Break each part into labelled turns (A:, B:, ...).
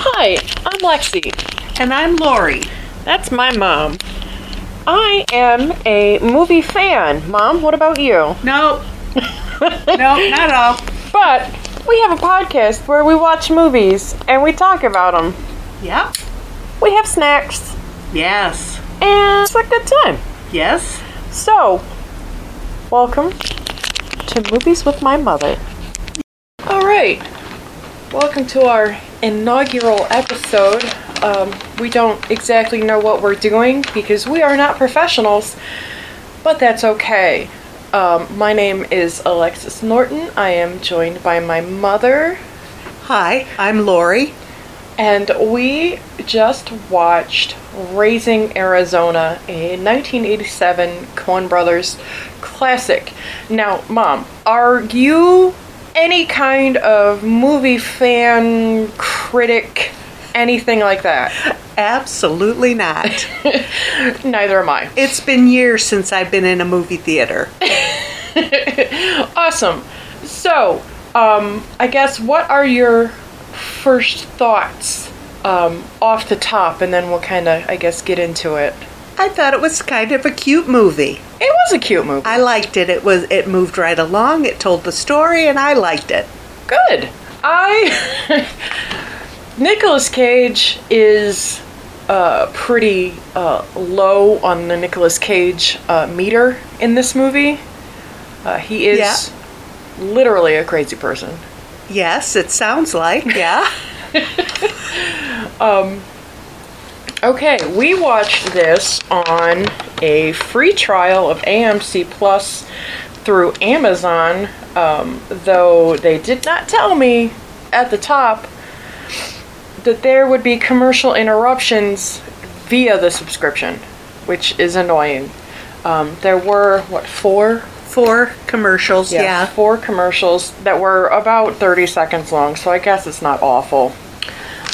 A: Hi, I'm Lexi.
B: And I'm Lori.
A: That's my mom. I am a movie fan. Mom, what about you?
B: No, no, not at all.
A: But we have a podcast where we watch movies and we talk about them.
B: Yep.
A: We have snacks
B: Yes.
A: and it's a good time.
B: Yes.
A: So, welcome to Movies with My Mother. All right. Welcome to our inaugural episode. Um, we don't exactly know what we're doing because we are not professionals, but that's okay. Um, my name is Alexis Norton. I am joined by my mother,
B: Hi, I'm Lori.
A: and we just watched Raising Arizona, a 1987 Coen Brothers classic. Now, Mom, are you any kind of movie fan, critic, anything like that?
B: Absolutely not.
A: Neither am I.
B: it's been years since I've been in a movie theater.
A: Awesome. So, um, I guess what are your first thoughts um, off the top, and then we'll kind of, I guess, get into it.
B: I thought it was kind of a cute movie.
A: It was a cute movie.
B: I liked it. It was it moved right along. It told the story and I liked it.
A: good. I Nicolas Cage is uh, pretty uh, low on the Nicolas Cage uh, meter in this movie. Uh, he is literally a crazy person.
B: Yes, it sounds like. Yeah.
A: Okay, we watched this on a free trial of AMC Plus through Amazon, um, though they did not tell me at the top that there would be commercial interruptions via the subscription, which is annoying. Um, there were, what, four?
B: Four commercials. Yeah.
A: Four commercials that were about 30 seconds long, so I guess it's not awful.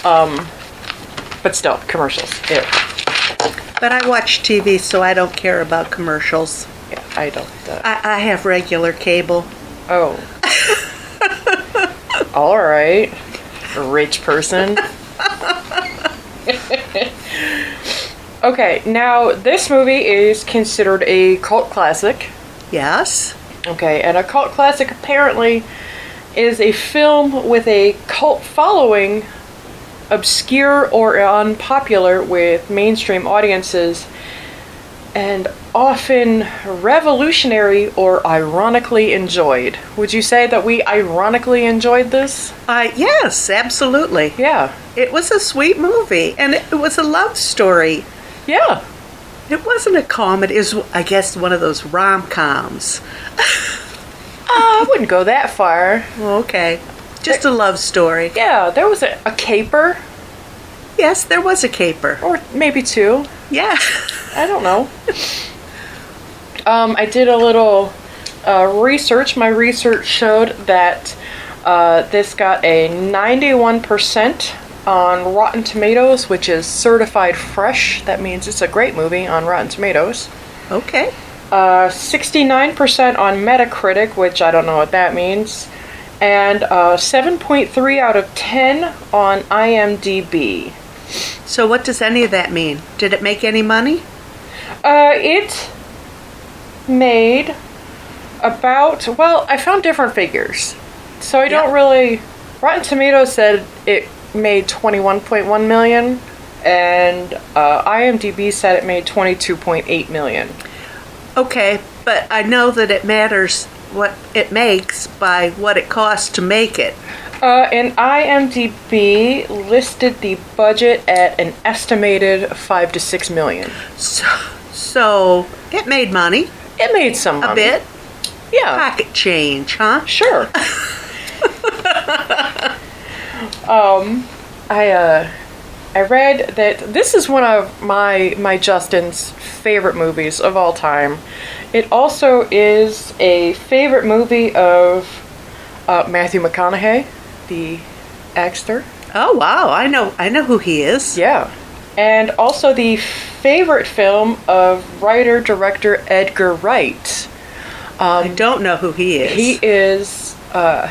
A: Um, but still, commercials. Ew.
B: But I watch TV, so I don't care about commercials.
A: Yeah, I don't. Uh,
B: I, I have regular cable.
A: oh. All right. Rich person. okay, now this movie is considered a cult classic.
B: Yes.
A: Okay, and a cult classic apparently is a film with a cult following, obscure or unpopular with mainstream audiences, and often revolutionary or ironically enjoyed. Would you say that we ironically enjoyed this?
B: Uh, yes, absolutely.
A: Yeah.
B: It was a sweet movie, and it was a love story.
A: Yeah.
B: It wasn't a comedy. It was, I guess, one of those rom coms.
A: Uh, I wouldn't go that far.
B: Okay. Just a love story.
A: Yeah, there was a, a caper,
B: Yes, there was a caper.
A: or maybe two.
B: Yeah.
A: I don't know. um, I did a little uh, research. My research showed that uh, this got a 91% on Rotten Tomatoes, which is certified fresh. That means it's a great movie on Rotten Tomatoes.
B: Okay.
A: Uh, 69% on Metacritic, which I don't know what that means. And uh, 7.3 out of 10 on IMDb.
B: So, what does any of that mean? Did it make any money?
A: Uh, it made about well, I found different figures, so I don't
B: Yeah.
A: really. Rotten Tomatoes said it made 21.1 million, and uh, IMDb said it made 22.8 million.
B: Okay, but I know that it matters what it makes by what it costs to make it.
A: Uh, and IMDb listed the budget at an estimated five to six million.
B: So, so it made money
A: It made some
B: a
A: money. Uh,
B: bit.
A: yeah.
B: Pocket change, huh?
A: Sure. um, Um, I uh, I read that this is one of my my Justin's favorite movies of all time. It also is a favorite movie of uh, Matthew McConaughey, the actor.
B: Oh wow, I know, I know who he is.
A: Yeah. And also the favorite film of writer director Edgar Wright.
B: I don't know who he is.
A: He is uh,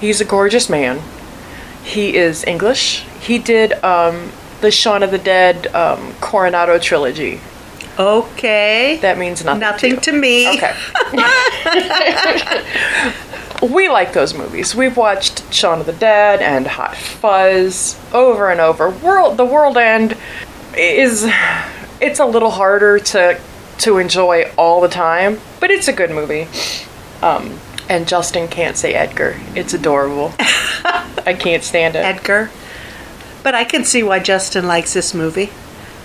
A: he's a gorgeous man. He is English. He did um, the Shaun of the Dead um, Coronado trilogy.
B: Okay.
A: That means nothing.
B: Nothing
A: to,
B: to me.
A: you. Okay. we like those movies. We've watched Shaun of the Dead and Hot Fuzz over and over. World, the World End is it's a little harder to to enjoy all the time, but it's a good movie. Um, and Justin can't say Edgar. It's adorable. I can't stand it.
B: Edgar. But I can see why Justin likes this movie.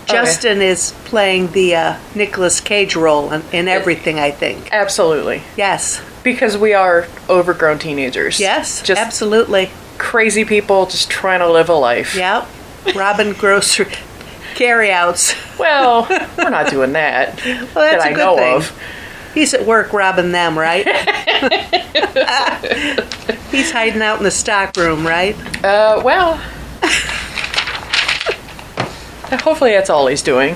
B: Justin is playing the uh, Nicolas Cage role in, in everything, I think.
A: Absolutely.
B: Yes.
A: Because we are overgrown teenagers.
B: Yes.
A: Just
B: absolutely.
A: crazy people just trying to live a life.
B: Yep. Robin grocery carryouts.
A: Well, we're not doing that.
B: Well, that's
A: that
B: a
A: I
B: good
A: know
B: thing.
A: of.
B: He's at work robbing them, right? He's hiding out in the stock room, right?
A: Uh, well. Hopefully that's all he's doing.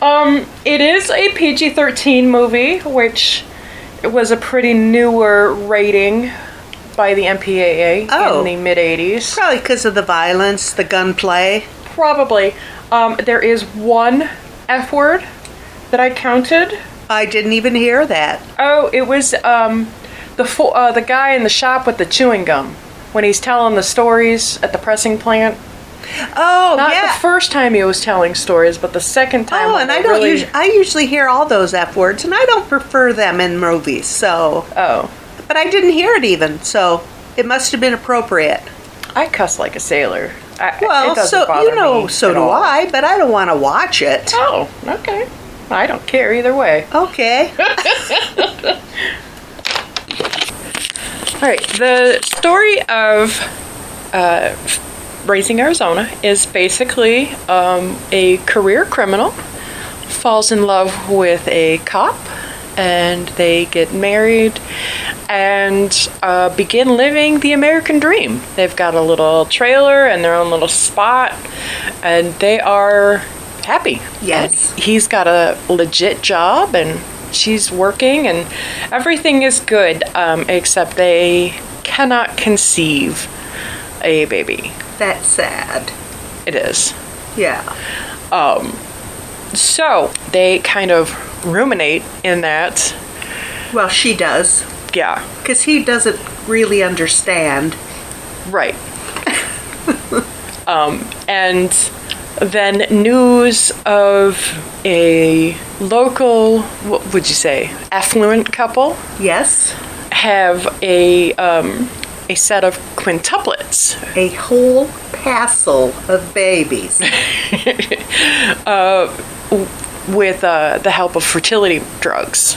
A: um, it is a PG 13 movie, which was a pretty newer rating by the MPAA
B: Oh.
A: in the mid 80s.
B: Probably because of the violence, the gunplay.
A: Probably. Um, there is one F word that I counted.
B: I didn't even hear that.
A: Oh, it was um, the fo- uh, the guy in the shop with the chewing gum when he's telling the stories at the pressing plant.
B: Oh,
A: Not
B: yeah.
A: the first time he was telling stories, but the second time.
B: Oh,
A: when
B: and
A: they
B: I don't.
A: really-
B: usu- I usually hear all those f words, and I don't prefer them in movies. So,
A: Oh,
B: but I didn't hear it even. So, it must have been appropriate.
A: I cuss like a sailor. I, it
B: Well,
A: doesn't
B: so
A: bother
B: you know,
A: me
B: so
A: at
B: do
A: all.
B: I. But I don't want to watch it.
A: Oh, okay. I don't care either way.
B: Okay.
A: All right, the story of uh, Raising Arizona is basically um, a career criminal falls in love with a cop and they get married and uh, begin living the American dream. They've got a little trailer and their own little spot and they are happy.
B: Yes.
A: He's got a legit job and she's working and everything is good um, except they cannot conceive a baby.
B: That's sad.
A: It is.
B: Yeah.
A: So they kind of ruminate in that.
B: Well, she does,
A: Yeah,
B: because he doesn't really understand.
A: right. um, and then news of a local, what would you say, affluent couple
B: Yes.
A: have a um, a set of quintuplets
B: A whole passel of babies.
A: with uh, the help of fertility drugs.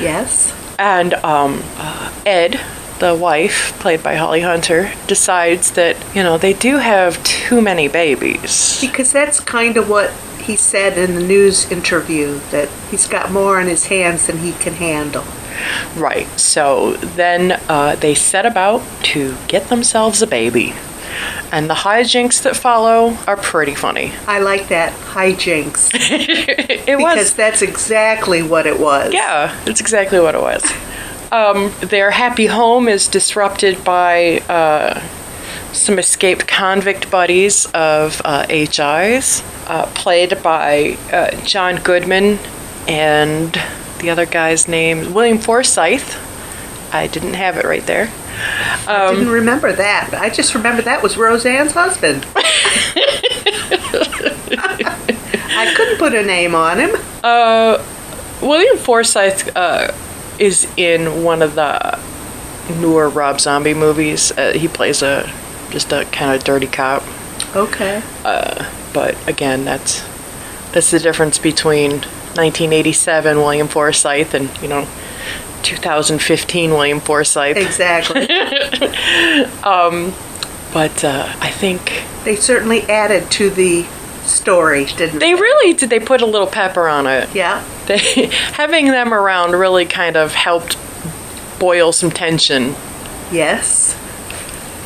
B: Yes.
A: And um, uh, Ed, the wife, played by Holly Hunter, decides that, you know, they do have too many babies.
B: Because that's kind of what he said in the news interview that he's got more on his hands than he can handle.
A: Right. So then uh, they set about to get themselves a baby. And the hijinks that follow are pretty funny.
B: I like that hijinks
A: it
B: because
A: was.
B: that's exactly what it was.
A: Yeah, that's exactly what it was. Um, their happy home is disrupted by uh, some escaped convict buddies of uh, HIs, uh, played by uh, John Goodman and the other guy's name, William Forsythe. I didn't have it right there.
B: I didn't remember that. I just remember that was Roseanne's husband. I couldn't put a name on him.
A: Uh, William Forsythe uh, is in one of the newer Rob Zombie movies. Uh, he plays a just a kind of dirty cop.
B: Okay.
A: but again, that's that's the difference between 1987 William Forsythe and you know 2015 William Forsythe.
B: Exactly.
A: But uh, I think
B: they certainly added to the story, didn't
A: they really did. They put a little pepper on it.
B: Yeah.
A: They, having them around really kind of helped boil some tension.
B: Yes.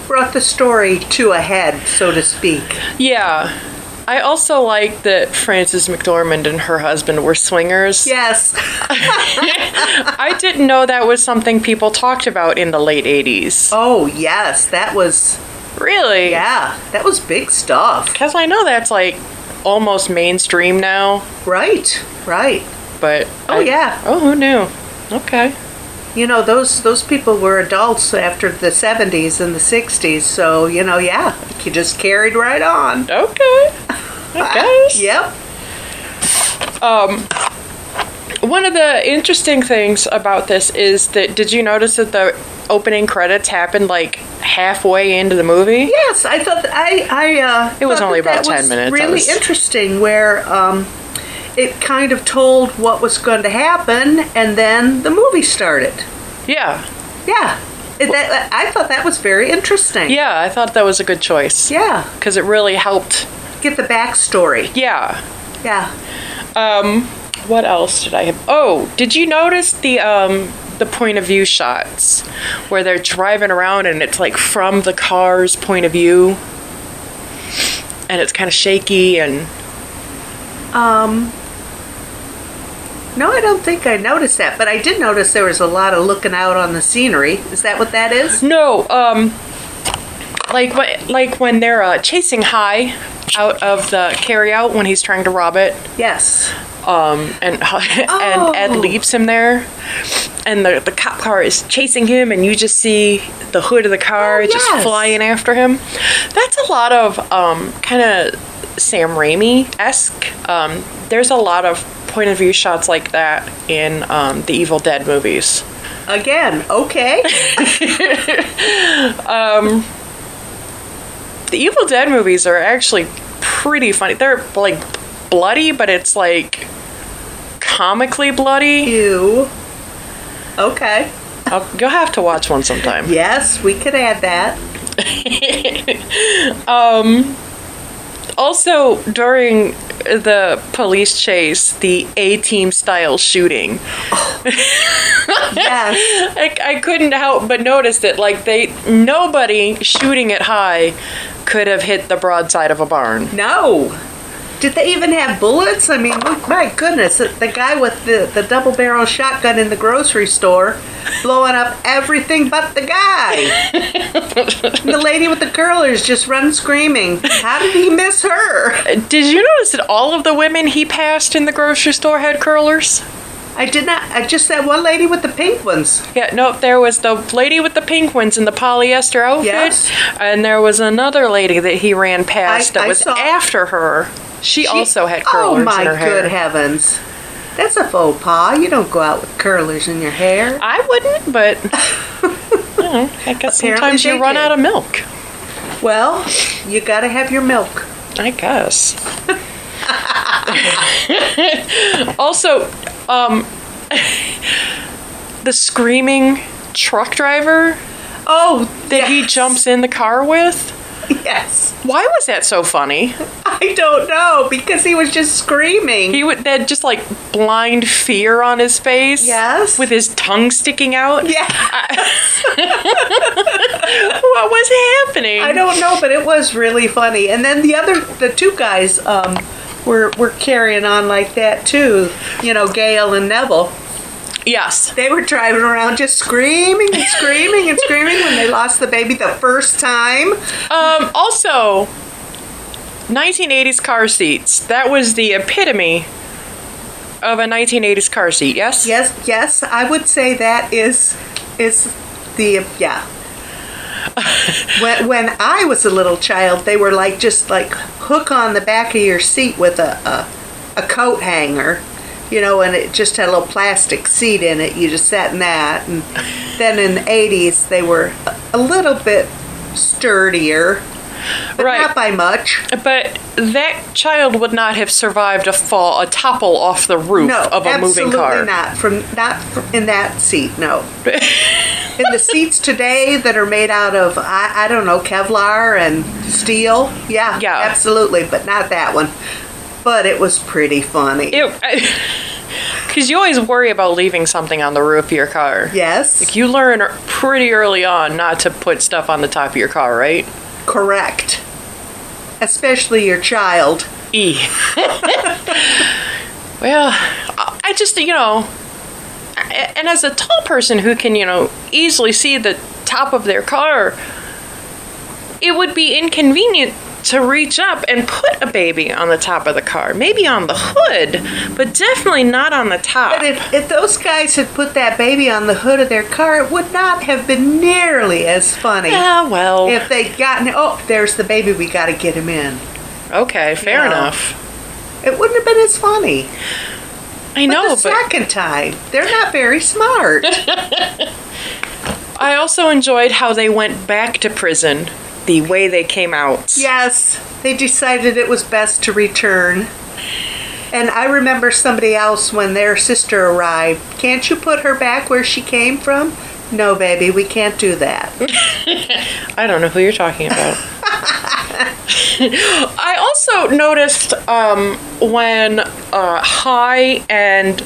B: Brought the story to a head, so to speak.
A: Yeah. I also like that Frances McDormand and her husband were swingers.
B: Yes.
A: I didn't know that was something people talked about in the late 80s.
B: Oh, yes, that was
A: Really?
B: Yeah, that was big stuff.
A: Because I know that's like almost mainstream now,
B: Right, right.
A: but.
B: Oh,
A: I-
B: yeah.
A: Oh, who knew? Okay.
B: You know, those those people were adults after the 70s and the 60s, so, you know, yeah, you just carried right on.
A: Okay. I guess. Um,
B: Yep.
A: One of the interesting things about this is that did you notice that the opening credits happened like halfway into the movie?
B: Yes, I thought that I I uh,
A: It was
B: thought
A: only
B: that
A: about
B: that
A: 10
B: was
A: minutes. I
B: Really
A: was-
B: interesting, where um, it kind of told what was going to happen, and then the movie started.
A: Yeah.
B: Yeah, it, that, I thought that was very interesting.
A: Yeah, I thought that was a good choice.
B: yeah,
A: Because it really helped.
B: get the backstory.
A: Yeah.
B: Yeah,
A: Um, What else did I have? Oh, did you notice the um the point of view shots where they're driving around and it's like from the car's point of view? And it's kind of shaky and
B: Um, no, I don't think I noticed that, but I did notice there was a lot of looking out on the scenery. Is that what that is?
A: No, um, like when, like when they're uh, chasing High out of the carryout when he's trying to rob it,
B: Yes.
A: um, and and Ed
B: Oh.
A: leaves him there, and the the cop car is chasing him, and you just see the hood of the car
B: Oh,
A: just
B: yes.
A: flying after him. That's a lot of um, kind of Sam Raimi esque. Um, there's a lot of point of view shots like that in um, the Evil Dead movies.
B: Again, okay.
A: the Evil Dead movies are actually pretty funny. They're like bloody, but it's like comically bloody.
B: You. Okay.
A: I'll, you'll have to watch one sometime.
B: Yes, we could add that.
A: Um, Also, during the police chase, the A Team style shooting,
B: Yes.
A: I, I couldn't help but notice that like they nobody shooting it high could have hit the broadside of a barn.
B: No. Did they even have bullets? I mean, look, my goodness, the, the guy with the, the double barrel shotgun in the grocery store blowing up everything but the guy. And the lady with the curlers just run screaming. How did he miss her?
A: Did you notice that all of the women he passed in the grocery store had curlers?
B: I did not, I just that one lady with the pink ones.
A: Yeah, nope. There was the lady with the pink ones in the polyester outfit,
B: Yes.
A: and there was another lady that he ran past
B: I-
A: that
B: I
A: was
B: saw-
A: after her. She, also had
B: Oh
A: curlers
B: my
A: in her
B: good
A: hair.
B: heavens. That's a faux pas. You don't go out with curlers in your hair.
A: I wouldn't, but you know, I guess
B: Apparently
A: sometimes you
B: they
A: run
B: did.
A: out of milk.
B: Well, you gotta have your milk.
A: I guess. also, um, the screaming truck driver
B: Oh,
A: that he jumps in the car with.
B: Yes.
A: Why was that so funny?
B: I don't know because he was just screaming.
A: He would had just like blind fear on his face.
B: Yes.
A: With his tongue sticking out.
B: yeah,
A: What was happening?
B: I don't know, but it was really funny. And then the other, the two guys, um, were were carrying on like that too. You know, Gail and Neville.
A: Yes.
B: They were driving around just screaming and screaming and screaming when they lost the baby the first time.
A: Um also 1980s car seats. That was the epitome of a 1980s car seat. Yes?
B: Yes, yes, I would say that is is the yeah. when when I was a little child, they were like just like hook on the back of your seat with a a, a coat hanger, you know, and it just had a little plastic seat in it. You just sat in that, and then in the eighties, they were a, a little bit sturdier, but
A: Right.
B: not by much.
A: But that child would not have survived a fall, a topple off the roof
B: No,
A: of a moving car.
B: absolutely not from not from, in that seat. No, in the seats today that are made out of I, I don't know Kevlar and steel. Yeah,
A: Yeah.
B: absolutely, but not that one. But it was pretty funny.
A: It, cuz you always worry about leaving something on the roof of your car.
B: yes,
A: You learn pretty early on not to put stuff on the top of your car, right?
B: correct. Especially your child.
A: E. well, I I just, you know, a- and as a tall person who can, you know, easily see the top of their car, it would be inconvenient to reach up and put a baby on the top of the car. Maybe on the hood, but definitely not on the top.
B: But if, if those guys had put that baby on the hood of their car, it would not have been nearly as funny.
A: yeah, well.
B: If they'd gotten, oh, there's the baby, we got to get him in.
A: okay, fair
B: Yeah.
A: enough.
B: It wouldn't have been as funny.
A: I
B: But
A: know, but
B: the second time, they're not very smart.
A: I also enjoyed how they went back to prison the way they came out.
B: Yes, they decided it was best to return. And I remember somebody else when their sister arrived. Can't you put her back where she came from? No, baby, we can't do that.
A: I don't know who you're talking about. I also noticed um, when uh, High and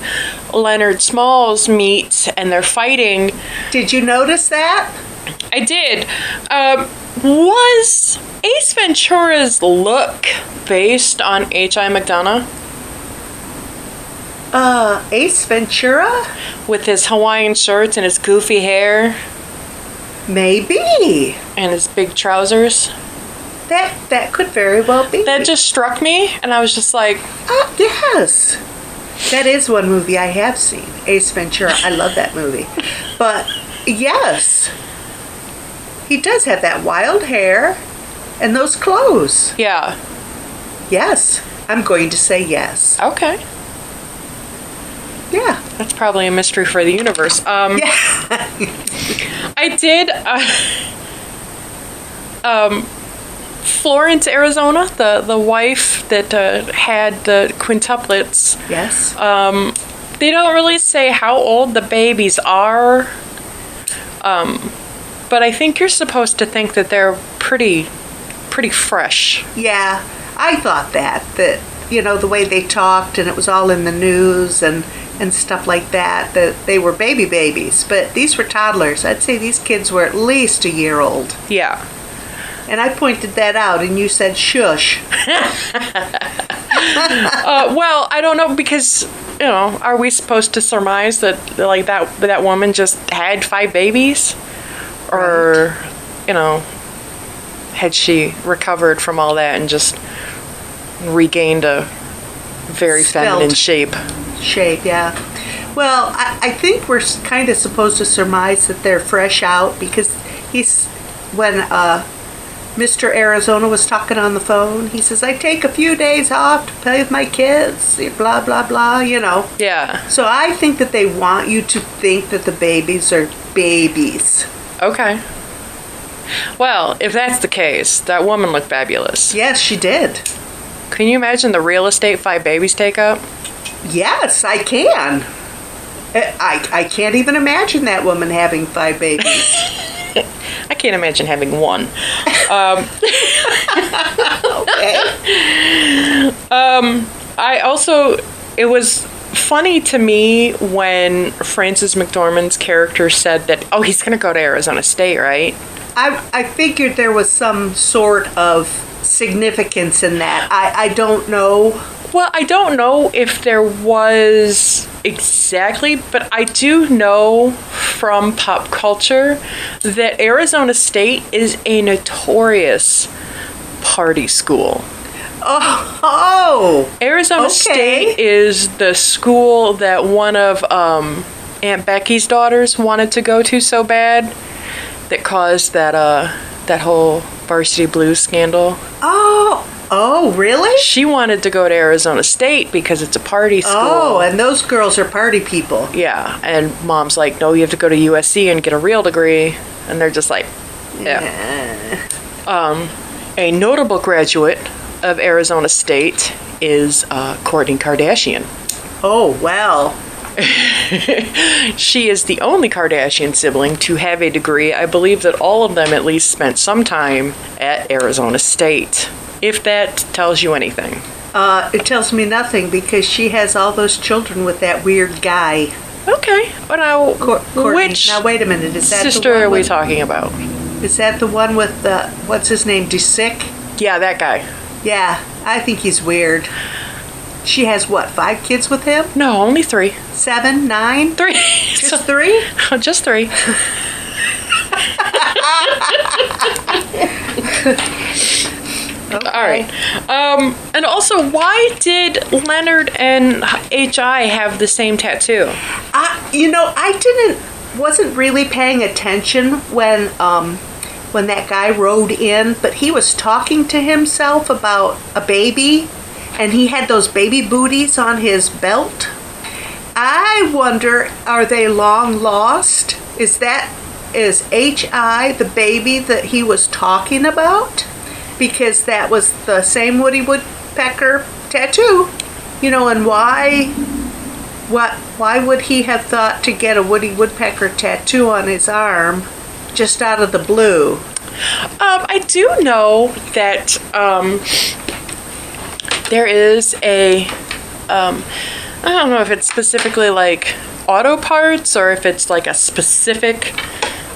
A: Leonard Smalls meet and they're fighting.
B: Did you notice that?
A: I did. Um, was Ace Ventura's look based on H.I. McDonough
B: Uh, Ace Ventura?
A: with his Hawaiian shirts and his goofy hair
B: Maybe.
A: and his big trousers?
B: That that could very well be.
A: That just struck me, and I was just like,
B: Ah, yes. That is one movie I have seen. Ace Ventura. I love that movie. But yes. He does have that wild hair and those clothes.
A: yeah,
B: Yes. I'm going to say yes.
A: okay.
B: Yeah.
A: That's probably a mystery for the universe. Um,
B: Yeah.
A: I did. Uh, um, Florence, Arizona, the the wife that uh, had the quintuplets.
B: yes.
A: Um, they don't really say how old the babies are. Um, but I think you're supposed to think that they're pretty, pretty fresh.
B: yeah. I thought that that you know the way they talked and it was all in the news and and stuff like that that they were baby babies, but these were toddlers. I'd say these kids were at least a year old.
A: Yeah.
B: And I pointed that out and you said shush.
A: Uh, well, I don't know because you know, are we supposed to surmise that like that that woman just had five babies, or you know, had she recovered from all that and just regained a very
B: Svelte.
A: feminine shape?
B: Shape, yeah. Well, I, I think we're kind of supposed to surmise that they're fresh out because he's when uh, Mr. Arizona was talking on the phone. He says, "I take a few days off to play with my kids." Blah blah blah. You know.
A: Yeah.
B: So I think that they want you to think that the babies are babies.
A: Okay. Well, if that's the case, that woman looked fabulous.
B: Yes, she did.
A: Can you imagine the real estate five babies take up?
B: Yes, I can. I I- I can't even imagine that woman having five babies.
A: I can't imagine having one.
B: Okay.
A: I also it was funny to me when Frances McDormand's character said that oh he's going to go to Arizona State, right?
B: I, I figured there was some sort of significance in that. I, I don't know.
A: Well, I don't know if there was exactly, but I do know from pop culture that Arizona State is a notorious party school.
B: Oh,
A: Arizona
B: Okay.
A: State is the school that one of um, Aunt Becky's daughters wanted to go to so bad that caused that uh, that whole varsity blues scandal.
B: oh, oh, really?
A: She wanted to go to Arizona State because it's a party school.
B: Oh, and those girls are party people.
A: yeah, and mom's like, "No, you have to go to USC and get a real degree," and they're just like, "Yeah." Um, A notable graduate of Arizona State is uh, Kourtney Kardashian.
B: Oh, well.
A: She is the only Kardashian sibling to have a degree. I believe that all of them at least spent some time at Arizona State, if that tells you anything.
B: Uh, it tells me nothing because she has all those children with that weird guy,
A: Okay, but now,
B: Cour- Courtney.
A: which
B: now, wait a minute. Is that
A: sister
B: the
A: are
B: one
A: we
B: with,
A: talking about?
B: Is that the one with the what's his name, DeSick?
A: Yeah, that guy.
B: Yeah, I think he's weird. She has what? Five kids with him?
A: No, only three.
B: Seven, nine,
A: Three.
B: just three?
A: Just three. All right. Um, and also, why did Leonard and HI have the same tattoo?
B: I, you know, I didn't wasn't really paying attention when um, when that guy rode in, but he was talking to himself about a baby, and he had those baby booties on his belt. I wonder, are they long lost? Is that is HI the baby that he was talking about? Because that was the same Woody Woodpecker tattoo, you know, and why what why would he have thought to get a Woody Woodpecker tattoo on his arm just out of the blue?
A: Um, I do know that um, there is a. Um, I don't know if it's specifically like auto parts or if it's like a specific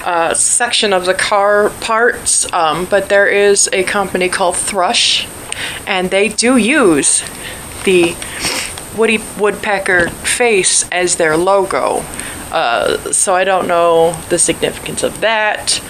A: uh, section of the car parts, um, but there is a company called Thrush, and they do use the Woody Woodpecker face as their logo. Uh, so I don't know the significance of that.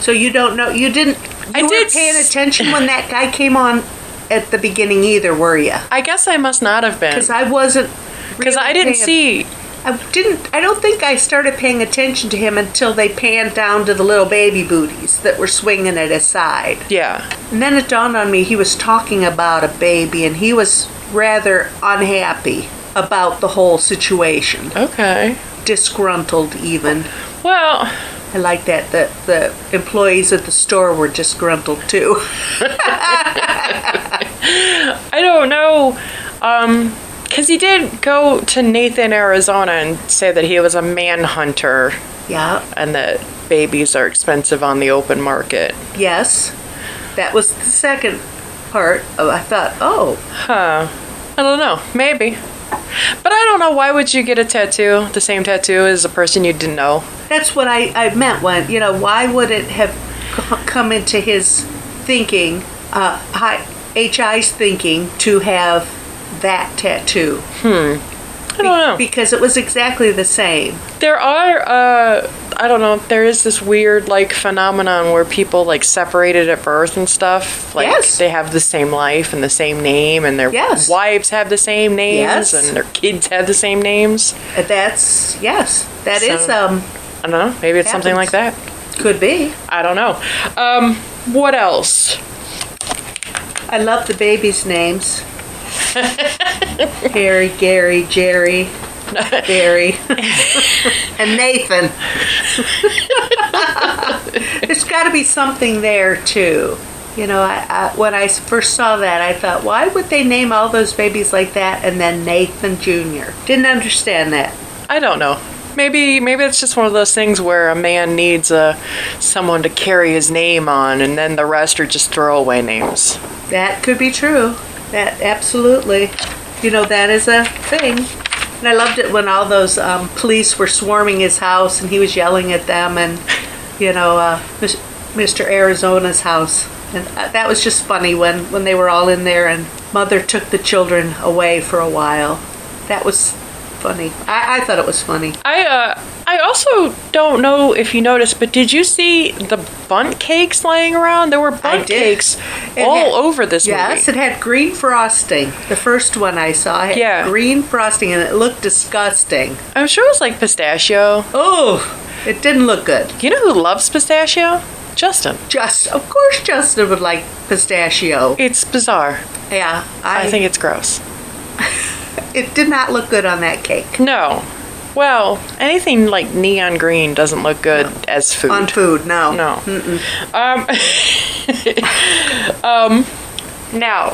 B: So you don't know you didn't you
A: I
B: were
A: did
B: paying
A: s-
B: attention when that guy came on at the beginning either, were you?
A: I guess I must not have been
B: Because I wasn't
A: because
B: really
A: Um, I didn't
B: paying-
A: see.
B: I didn't. I don't think I started paying attention to him until they panned down to the little baby booties that were swinging at his side.
A: Yeah,
B: And then it dawned on me he was talking about a baby, and he was rather unhappy about the whole situation,
A: Okay.
B: disgruntled even.
A: Well,
B: I like that that the employees at the store were disgruntled too.
A: I don't know. Um, because he did go to Nathan, Arizona, and say that he was a manhunter
B: Yeah.
A: and that babies are expensive on the open market.
B: Yes. That was the second part. Of, I thought, oh,
A: Huh. I don't know. Maybe. But I don't know. Why would you get a tattoo, the same tattoo as a person you didn't know?
B: That's what I, I meant when, you know, why would it have c- come into his thinking, uh, hi- HI's thinking, to have that tattoo?
A: I don't know.
B: Because it was exactly the same.
A: There are, uh, I don't know, there is this weird, like, phenomenon where people, like, separated at birth and stuff. Like,
B: Yes.
A: they have the same life and the same name, and their
B: Yes.
A: wives have the same names,
B: Yes.
A: and their kids have the same names.
B: Uh, That's, yes, that is
A: So-
B: um,
A: I don't know, maybe it's something like
B: Happens.
A: that.
B: could be.
A: I don't know. Um, what else?
B: I love the babies' names. Harry, Gary, Jerry, Barry, and Nathan. There's got to be something there too. You know, I, I, when I first saw that, I thought, why would they name all those babies like that and then Nathan Jr.? Didn't understand that.
A: I don't know. Maybe maybe it's just one of those things where a man needs uh, someone to carry his name on, and then the rest are just throwaway names.
B: That could be true. That absolutely. You know, that is a thing. And I loved it when all those um, police were swarming his house and he was yelling at them and, you know, uh, Mis- Mr. Arizona's house. And uh, that was just funny when, when they were all in there and mother took the children away for a while. That was funny. I, I thought it was funny.
A: I uh, I also don't know if you noticed, but did you see the bunt cakes laying around? There were bunt
B: did.
A: cakes
B: It
A: all
B: had-
A: over this
B: Yes,
A: movie.
B: it had green frosting. The first one I saw had
A: Yeah.
B: green frosting and it looked disgusting.
A: I'm sure it was like pistachio.
B: Oh, it didn't look good.
A: You know who loves pistachio? Justin.
B: Just, of course, Justin would like pistachio.
A: It's bizarre.
B: Yeah, I,
A: I think it's gross.
B: it did not look good on that cake.
A: No. Well, anything like neon green doesn't look good as food.
B: On food, no.
A: No. Um, um, now,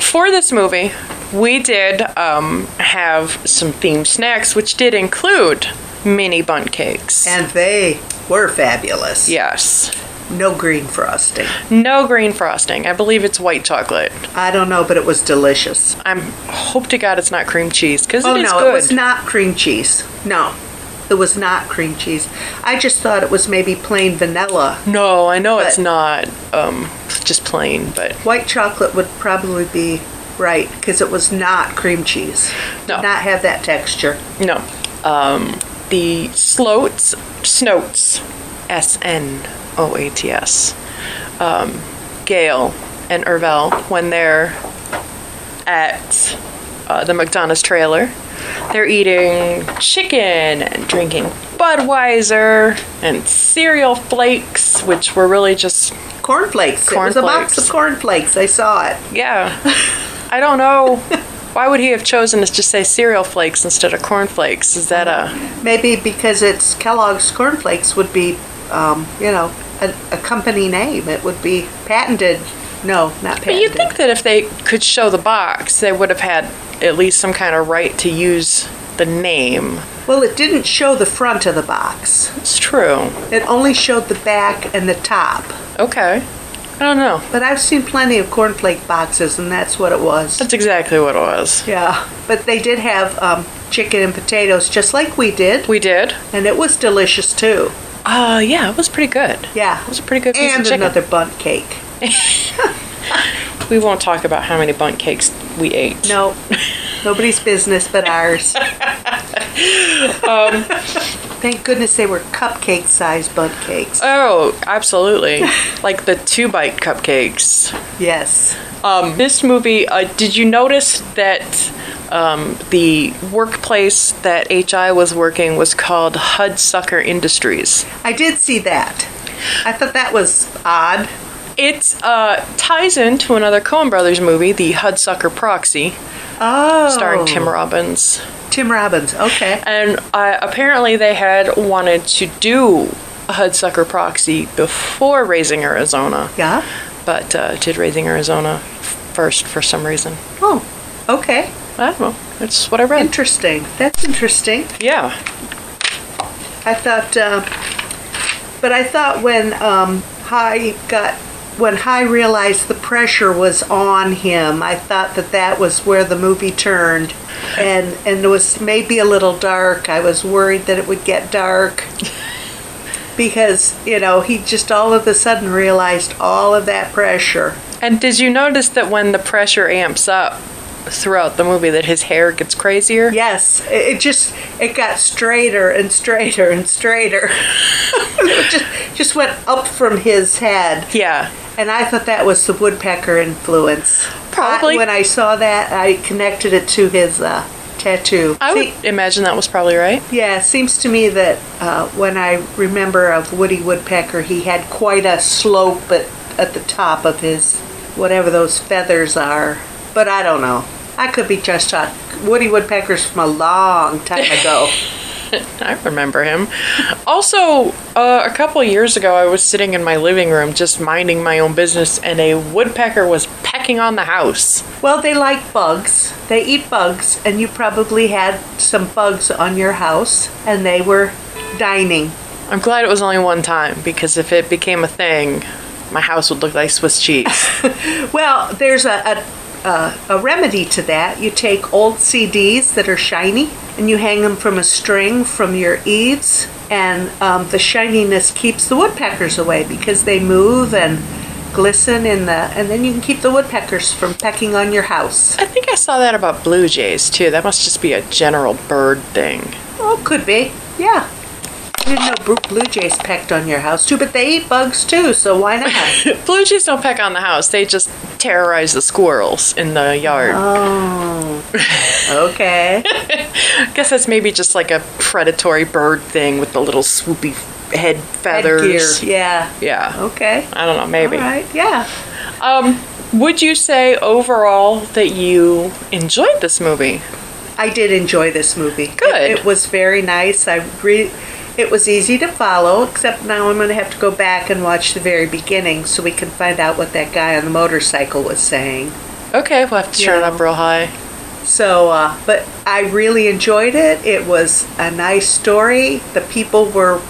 A: for this movie, we did um, have some themed snacks, which did include mini bun cakes.
B: And they were fabulous.
A: yes.
B: No green frosting.
A: No green frosting. I believe it's white chocolate.
B: I don't know, but it was delicious.
A: I'm hope to God it's not cream cheese because
B: Oh
A: it is
B: no,
A: good.
B: it was not cream cheese. No, it was not cream cheese. I just thought it was maybe plain vanilla.
A: no, I know it's
B: But-
A: not um, just plain, but
B: White chocolate would probably be right because it was not cream cheese.
A: No.
B: Did not have that texture.
A: No. Um, the Sloats, Snoats, S N O A T S, um, Gail and Irvell when they're at uh, the McDonald's trailer. They're eating chicken and drinking Budweiser and cereal flakes, which were really just
B: Cornflakes. it was a box
A: Cornflakes.
B: of cornflakes. I saw it.
A: yeah. I don't know. Why would he have chosen to just say cereal flakes instead of cornflakes? Is that a
B: Maybe because it's Kellogg's cornflakes would be, um, you know, a, a company name. It would be patented. No, not patented.
A: But you'd think that if they could show the box, they would have had at least some kind of right to use the name.
B: Well, it didn't show the front of the box.
A: It's true.
B: It only showed the back and the top.
A: Okay. I don't know.
B: But I've seen plenty of cornflake boxes, and that's what it was.
A: That's exactly what it was.
B: Yeah, but they did have um, chicken and potatoes, just like we did,
A: We did.
B: and it was delicious too.
A: Uh, yeah, it was pretty good.
B: Yeah,
A: It was a pretty good piece of
B: and
A: chicken.
B: another bunt cake.
A: We won't talk about how many bunt cakes we ate.
B: No, nobody's business but ours. Thank goodness they were cupcake-sized bunt cakes.
A: Oh, absolutely. like the two bite cupcakes.
B: Yes.
A: Um, this movie, uh, did you notice that um, the workplace that HI was working was called Hudsucker Industries?
B: I did see that. I thought that was odd.
A: It uh, ties into another Coen Brothers movie, The Hudsucker Proxy,
B: Oh.
A: starring Tim Robbins.
B: Tim Robbins. Okay.
A: And uh, apparently, they had wanted to do a Hudsucker Proxy before Raising Arizona,
B: Yeah.
A: but uh, did Raising Arizona f- first for some reason.
B: Oh. Okay.
A: I don't know. That's what I read.
B: Interesting. That's interesting.
A: Yeah.
B: I thought, uh, but I thought when um, High got, when High realized the pressure was on him, I thought that that was where the movie turned, and and it was maybe a little dark. I was worried that it would get dark. Because you know he just all of a sudden realized all of that pressure.
A: And did you notice that when the pressure amps up throughout the movie, that his hair gets crazier?
B: Yes, it, it just it got straighter and straighter and straighter. it just just went up from his head.
A: Yeah.
B: And I thought that was the woodpecker influence.
A: Probably.
B: I- when I saw that, I connected it to his uh, tattoo.
A: I
B: See-
A: would imagine that was probably right.
B: yeah, it seems to me that uh, when I remember of Woody Woodpecker, he had quite a slope at, at the top of his, whatever those feathers are. But I don't know. I could be just talk. Woody Woodpecker's from a long time ago.
A: I remember him. Also, uh, a couple years ago, I was sitting in my living room just minding my own business, and a woodpecker was pecking on the house.
B: Well, they like bugs. They eat bugs, and you probably had some bugs on your house, and they were dining.
A: I'm glad it was only one time because if it became a thing, my house would look like Swiss cheese.
B: Well, there's a, a, a, a remedy to that. You take old CDs that are shiny, and you hang them from a string from your eaves, and um, the shininess keeps the woodpeckers away because they move and glisten in the and then you can keep the woodpeckers from pecking on your house
A: I think I saw that about blue jays too. That must just be a general bird thing.
B: oh could be yeah I didn't know blue- blue jays pecked on your house too but they eat bugs too so why not
A: Blue jays don't peck on the house. They just terrorize the squirrels in the yard.
B: Uh-huh. Oh. Okay.
A: I guess that's maybe just like a predatory bird thing with the little swoopy f- head feathers.
B: Headgear. Yeah.
A: Yeah.
B: Okay.
A: I don't know, maybe.
B: All right. Yeah.
A: Um, would you say overall that you enjoyed this movie?
B: I did enjoy this movie. It-
A: Good.
B: It, was very nice. I re- it was easy to follow, except now I'm going to have to go back and watch the very beginning so we can find out what that guy on the motorcycle was saying.
A: Okay, we'll have to turn it
B: Yeah.
A: up real high.
B: So, uh, but I really enjoyed it. It was a nice story. The people were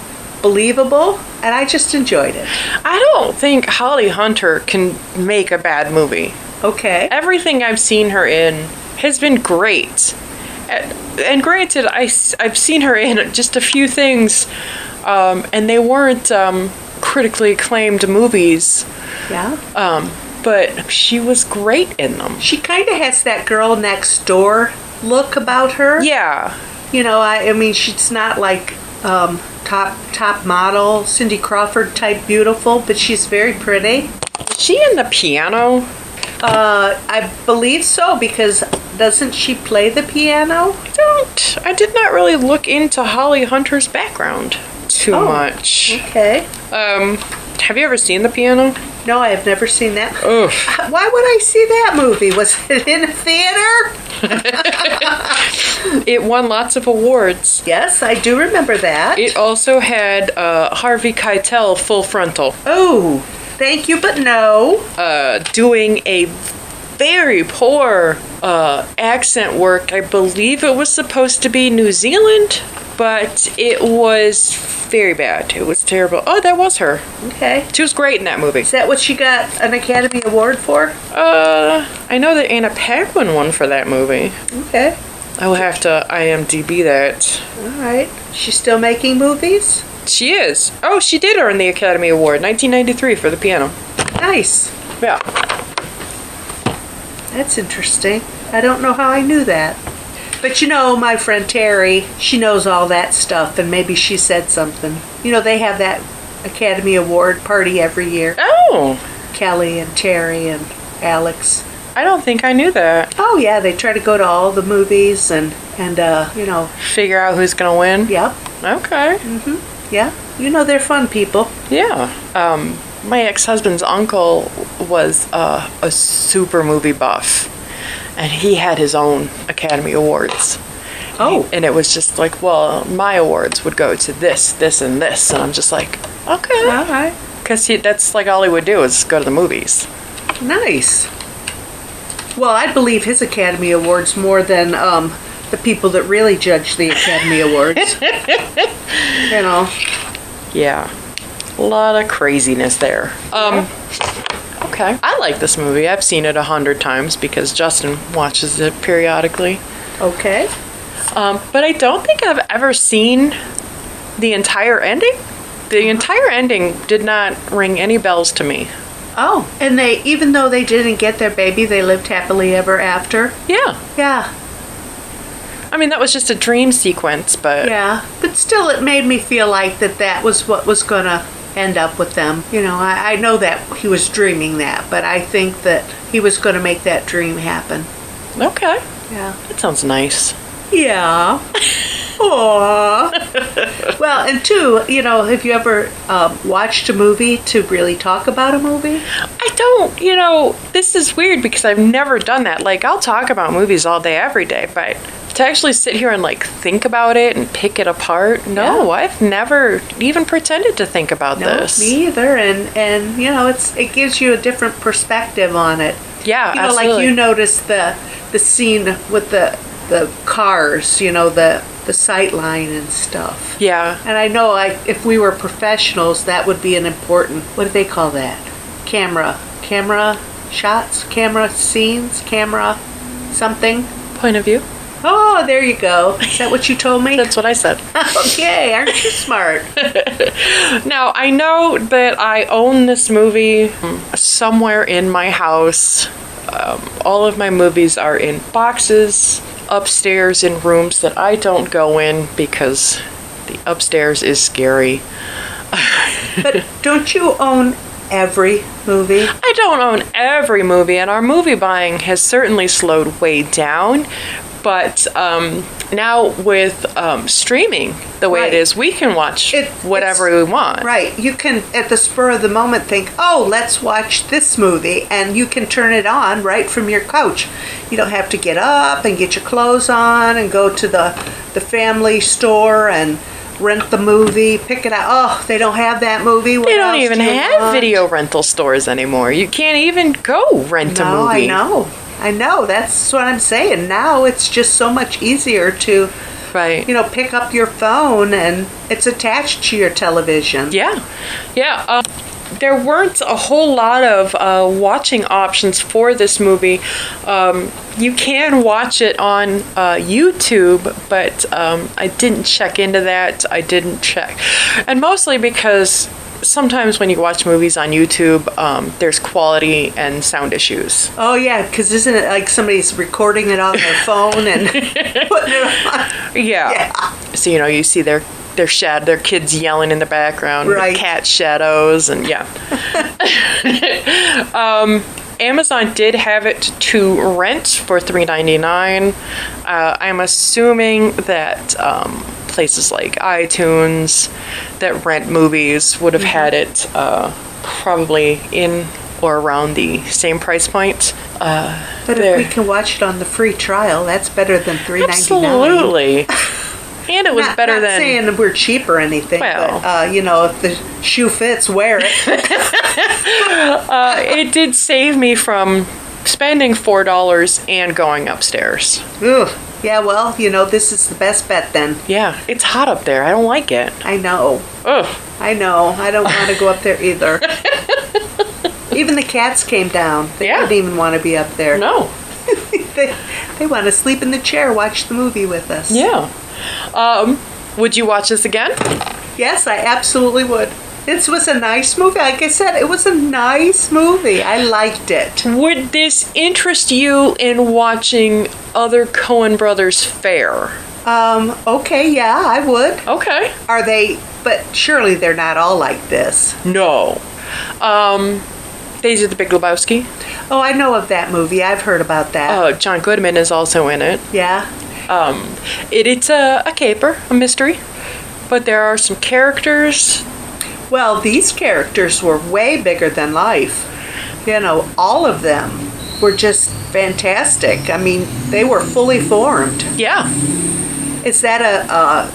B: believable, and I just enjoyed it.
A: I don't think Holly Hunter can make a bad movie. Uh,
B: Okay.
A: everything I've seen her in has been great. And and granted, I, have seen her in just a few things, um, and they weren't um, critically acclaimed movies,
B: Yeah.
A: but she was great in them.
B: She kind of has that girl next door look about her.
A: Yeah,
B: you know, I, I mean, she's not like um, top top model Cindy Crawford type beautiful, but she's very pretty.
A: Is she in the piano?
B: Uh, I believe so because doesn't she play the piano?
A: I don't. I did not really look into Holly Hunter's background too
B: Oh.
A: much.
B: Okay.
A: Um, have you ever seen the piano?
B: No, I have never seen that.
A: Ugh.
B: Why would I see that movie? Was it in a theater?
A: It won lots of awards.
B: Yes, I do remember that.
A: It also had uh, Harvey Keitel full frontal,
B: oh, thank you, but no.
A: uh, doing a very poor uh, accent work. I believe it was supposed to be New Zealand, but it was very bad. It was terrible. Oh, that was her.
B: Okay.
A: She was great in that movie.
B: Is that what she got an Academy Award for?
A: Uh, I know that Anna Paquin won for that movie.
B: Okay.
A: I will have to IMDb that.
B: All right. She's still making movies?
A: She is. Oh, she did earn the Academy Award, 1993, for the piano.
B: Nice.
A: Yeah.
B: That's interesting. I don't know how I knew that. But you know, my friend Terry, she knows all that stuff, and maybe she said something. You know, they have that Academy Award party every year.
A: Oh,
B: Kelly and Terry and Alex.
A: I don't think I knew that.
B: Oh yeah, they try to go to all the movies and and uh, you know,
A: Figure out who's gonna win.
B: yep,
A: Okay.
B: yeah, you know they're fun people.
A: Yeah. Um, my ex-husband's uncle was uh, a super movie buff, and he had his own Academy Awards.
B: Oh,
A: And it was just like, well, my awards would go to this, this, and this, and I'm just like, okay.
B: all right,
A: Because that's like all he would do is go to the movies.
B: nice. Well, I believe his Academy Awards more than um, the people that really judge the Academy Awards. you know,
A: Yeah. A lot of craziness there. Um, okay. I like this movie. I've seen it a hundred times because Justin watches it periodically.
B: okay.
A: Um, but I don't think I've ever seen the entire ending. The entire ending did not ring any bells to me.
B: Oh, and they even though they didn't get their baby, they lived happily ever after.
A: Yeah.
B: Yeah,
A: I mean, that was just a dream sequence, but
B: Yeah, but still, it made me feel like that that was what was gonna end up with them. You know, I, I know that he was dreaming that, but I think that he was gonna make that dream happen.
A: okay.
B: Yeah.
A: That sounds nice.
B: Yeah. Aww. well, and two, you know, have you ever um, watched a movie to really talk about a movie?
A: I don't, you know, this is weird because I've never done that. Like, I'll talk about movies all day, every day, but to actually sit here and like think about it and pick it apart, no,
B: Yeah.
A: I've never even pretended to think about
B: No,
A: this.
B: me either. And and you know, it's it gives you a different perspective on it.
A: Yeah,
B: you know,
A: absolutely.
B: like you notice the the scene with the the cars, you know, the the sight line and stuff.
A: yeah,
B: And I know, I if we were professionals, that would be an important. What do they call that? Camera, camera shots, camera scenes, camera something.
A: point of view.
B: Oh, there you go. Is that what you told me?
A: That's what I said.
B: okay, aren't you smart?
A: Now, I know that I own this movie somewhere in my house. Um, all of my movies are in boxes upstairs in rooms that I don't go in because the upstairs is scary.
B: But don't you own every movie?
A: I don't own every movie, and our movie buying has certainly slowed way down. But um, now with um, streaming the way
B: Right.
A: it is, we can watch
B: It-
A: whatever
B: it's-
A: we want.
B: Right. You can, at the spur of the moment, think, oh, let's watch this movie. And you can turn it on right from your couch. You don't have to get up and get your clothes on and go to the, the family store and rent the movie, pick it out. Oh, they don't have that movie. What
A: They don't
B: else
A: even
B: do you
A: have
B: want?
A: video rental stores anymore. You can't even go rent a
B: No,
A: movie.
B: I know. I know. That's what I'm saying. Now it's just so much easier to,
A: Right.
B: you know, pick up your phone and it's attached to your television.
A: Yeah. Yeah. Um, there weren't a whole lot of uh, watching options for this movie. Um, you can watch it on uh, YouTube, but um, I didn't check into that. I didn't check. And mostly because sometimes when you watch movies on YouTube, um, there's quality and sound issues.
B: Oh yeah, because isn't it like somebody's recording it on their phone and putting it on?
A: Yeah. So you know, you see their their shad, their kids yelling in the background,
B: Right.
A: the cat shadows, and yeah. um, Amazon did have it to rent for three ninety nine. Uh, I'm assuming that um, places like iTunes that rent movies would have
B: Mm-hmm.
A: had it uh, probably in or around the same price point.
B: But
A: There.
B: if we can watch it on the free trial, that's better than three ninety nine.
A: Absolutely. And it was better
B: not
A: than
B: saying that we're cheap or anything.
A: Well.
B: but, uh, you know, if the shoe fits, wear it.
A: Uh, it did save me from spending four dollars and going upstairs.
B: Ugh. Yeah, well, you know, this is the best bet then.
A: Yeah, it's hot up there. I don't like it.
B: I know.
A: Ugh.
B: I know. I don't want to go up there either. even the cats came down. They
A: Yeah.
B: didn't even want to be up there.
A: No.
B: they, they want to sleep in the chair, watch the movie with us.
A: Yeah. Um, would you watch this again?
B: Yes, I absolutely would. This was a nice movie. Like I said, it was a nice movie. I liked it.
A: Would this interest you in watching other Cohen Brothers fare?
B: Um, okay, yeah, I would.
A: Okay.
B: Are they, but surely they're not all like this.
A: No. Um, Daisy the Big Lebowski.
B: Oh, I know of that movie. I've heard about that.
A: Uh, John Goodman is also in it.
B: yeah.
A: Um, it it's a, a caper, a mystery, but there are some characters
B: Well, these characters were way bigger than life. You know, all of them were just fantastic. I mean, they were fully formed.
A: Yeah.
B: Is that a, a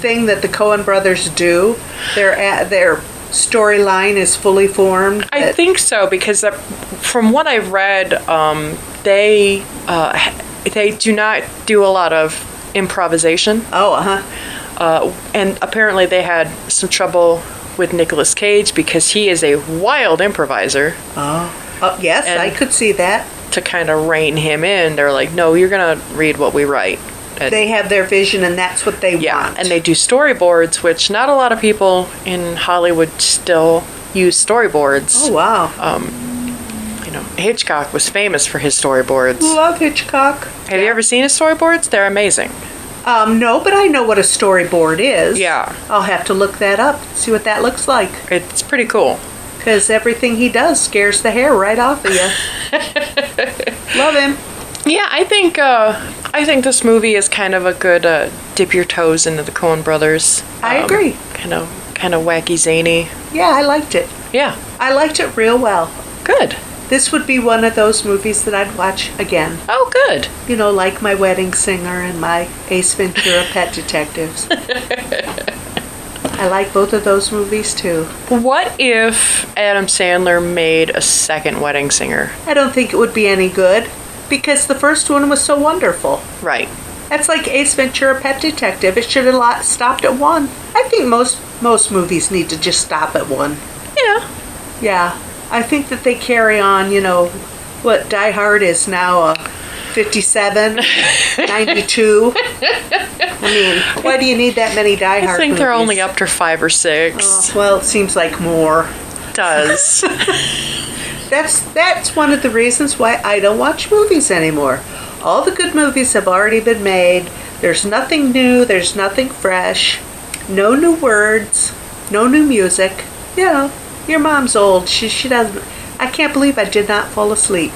B: thing that the Cohen brothers do? Their a- their storyline is fully formed.
A: I
B: that-
A: think so because uh, from what I've read, um, they uh, ha- they do not do a lot of improvisation,
B: Oh, uh huh.
A: uh, and apparently they had some trouble with Nicolas Cage because he is a wild improviser.
B: Oh, yes,
A: And-
B: I could see that.
A: To kind of rein him in, they're like, "No, you're gonna read what we write." And-
B: They have their vision, and that's what they
A: yeah,
B: want.
A: and they do storyboards, which not a lot of people in Hollywood still use storyboards.
B: Oh wow!
A: You know, Hitchcock was famous for his storyboards.
B: Love Hitchcock.
A: Have you ever seen his storyboards? They're amazing.
B: Um, no, but I know what a storyboard is.
A: Yeah.
B: I'll have to look that up, see what that looks like.
A: It's pretty cool.
B: Because everything he does scares the hair right off of you. Love him.
A: Yeah, I think uh, I think this movie is kind of a good uh, dip your toes into the Coen Brothers. Um,
B: I agree.
A: Kind of kind of wacky, zany.
B: Yeah, I liked it.
A: Yeah,
B: I liked it real well.
A: good.
B: This would be one of those movies that I'd watch again.
A: Oh, good.
B: You know, like My Wedding Singer and my Ace Ventura Pet Detectives. I like both of those movies too.
A: What if Adam Sandler made a second Wedding Singer?
B: I don't think it would be any good because the first one was so wonderful.
A: Right.
B: That's like Ace Ventura: Pet Detective. It should have lo- stopped at one. I think most most movies need to just stop at one.
A: Yeah.
B: Yeah, I think that they carry on. You know, what Die Hard is now uh, a 57, 92. I mean, why do you need that many Die Hard?
A: I think they're
B: movies?
A: only up to five or six.
B: Oh, well, it seems like more.
A: Does
B: That's that's one of the reasons why I don't watch movies anymore. All the good movies have already been made. There's nothing new, there's nothing fresh. No new words, no new music. You know, your mom's old. She she doesn't I can't believe I did not fall asleep.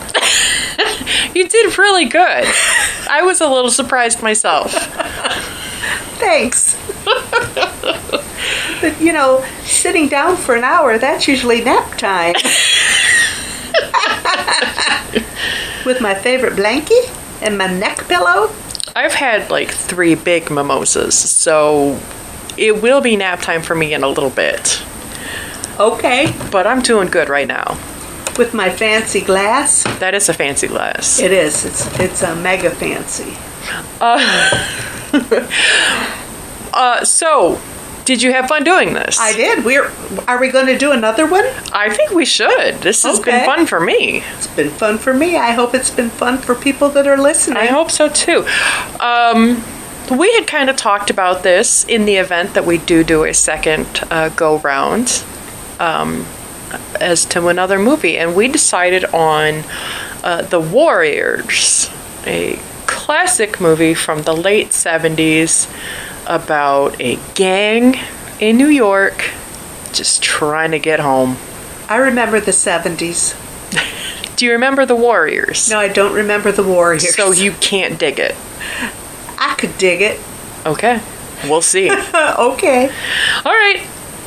A: you did really good? I was a little surprised myself.
B: Thanks. but you know, sitting down for an hour, that's usually nap time. With my favorite blankie and my neck pillow.
A: I've had like three big mimosas, so it will be nap time for me in a little bit.
B: Okay.
A: But I'm doing good right now.
B: with my fancy glass.
A: That is a fancy glass.
B: It is. It's it's a mega fancy.
A: Uh, so, did you have fun doing this?
B: I did. We're are we going to do another one?
A: I think we should. This has been
B: Okay.
A: fun for me.
B: It's been fun for me. I hope it's been fun for people that are listening.
A: I hope so too. Um, we had kind of talked about this in the event that we do do a second uh, go round. as to another movie, and we decided on uh, The Warriors, a classic movie from the late 70s about a gang in New York just trying to get home.
B: I remember the 70s.
A: Do you remember The Warriors?
B: No, I don't remember the Warriors.
A: So you can't dig it.
B: I could dig it.
A: Okay. We'll see.
B: okay.
A: All right.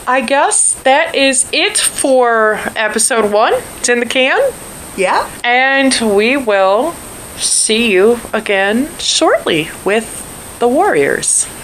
A: I guess that is it for episode one. It's in the can.
B: Yeah.
A: And we will see you again shortly with the Warriors.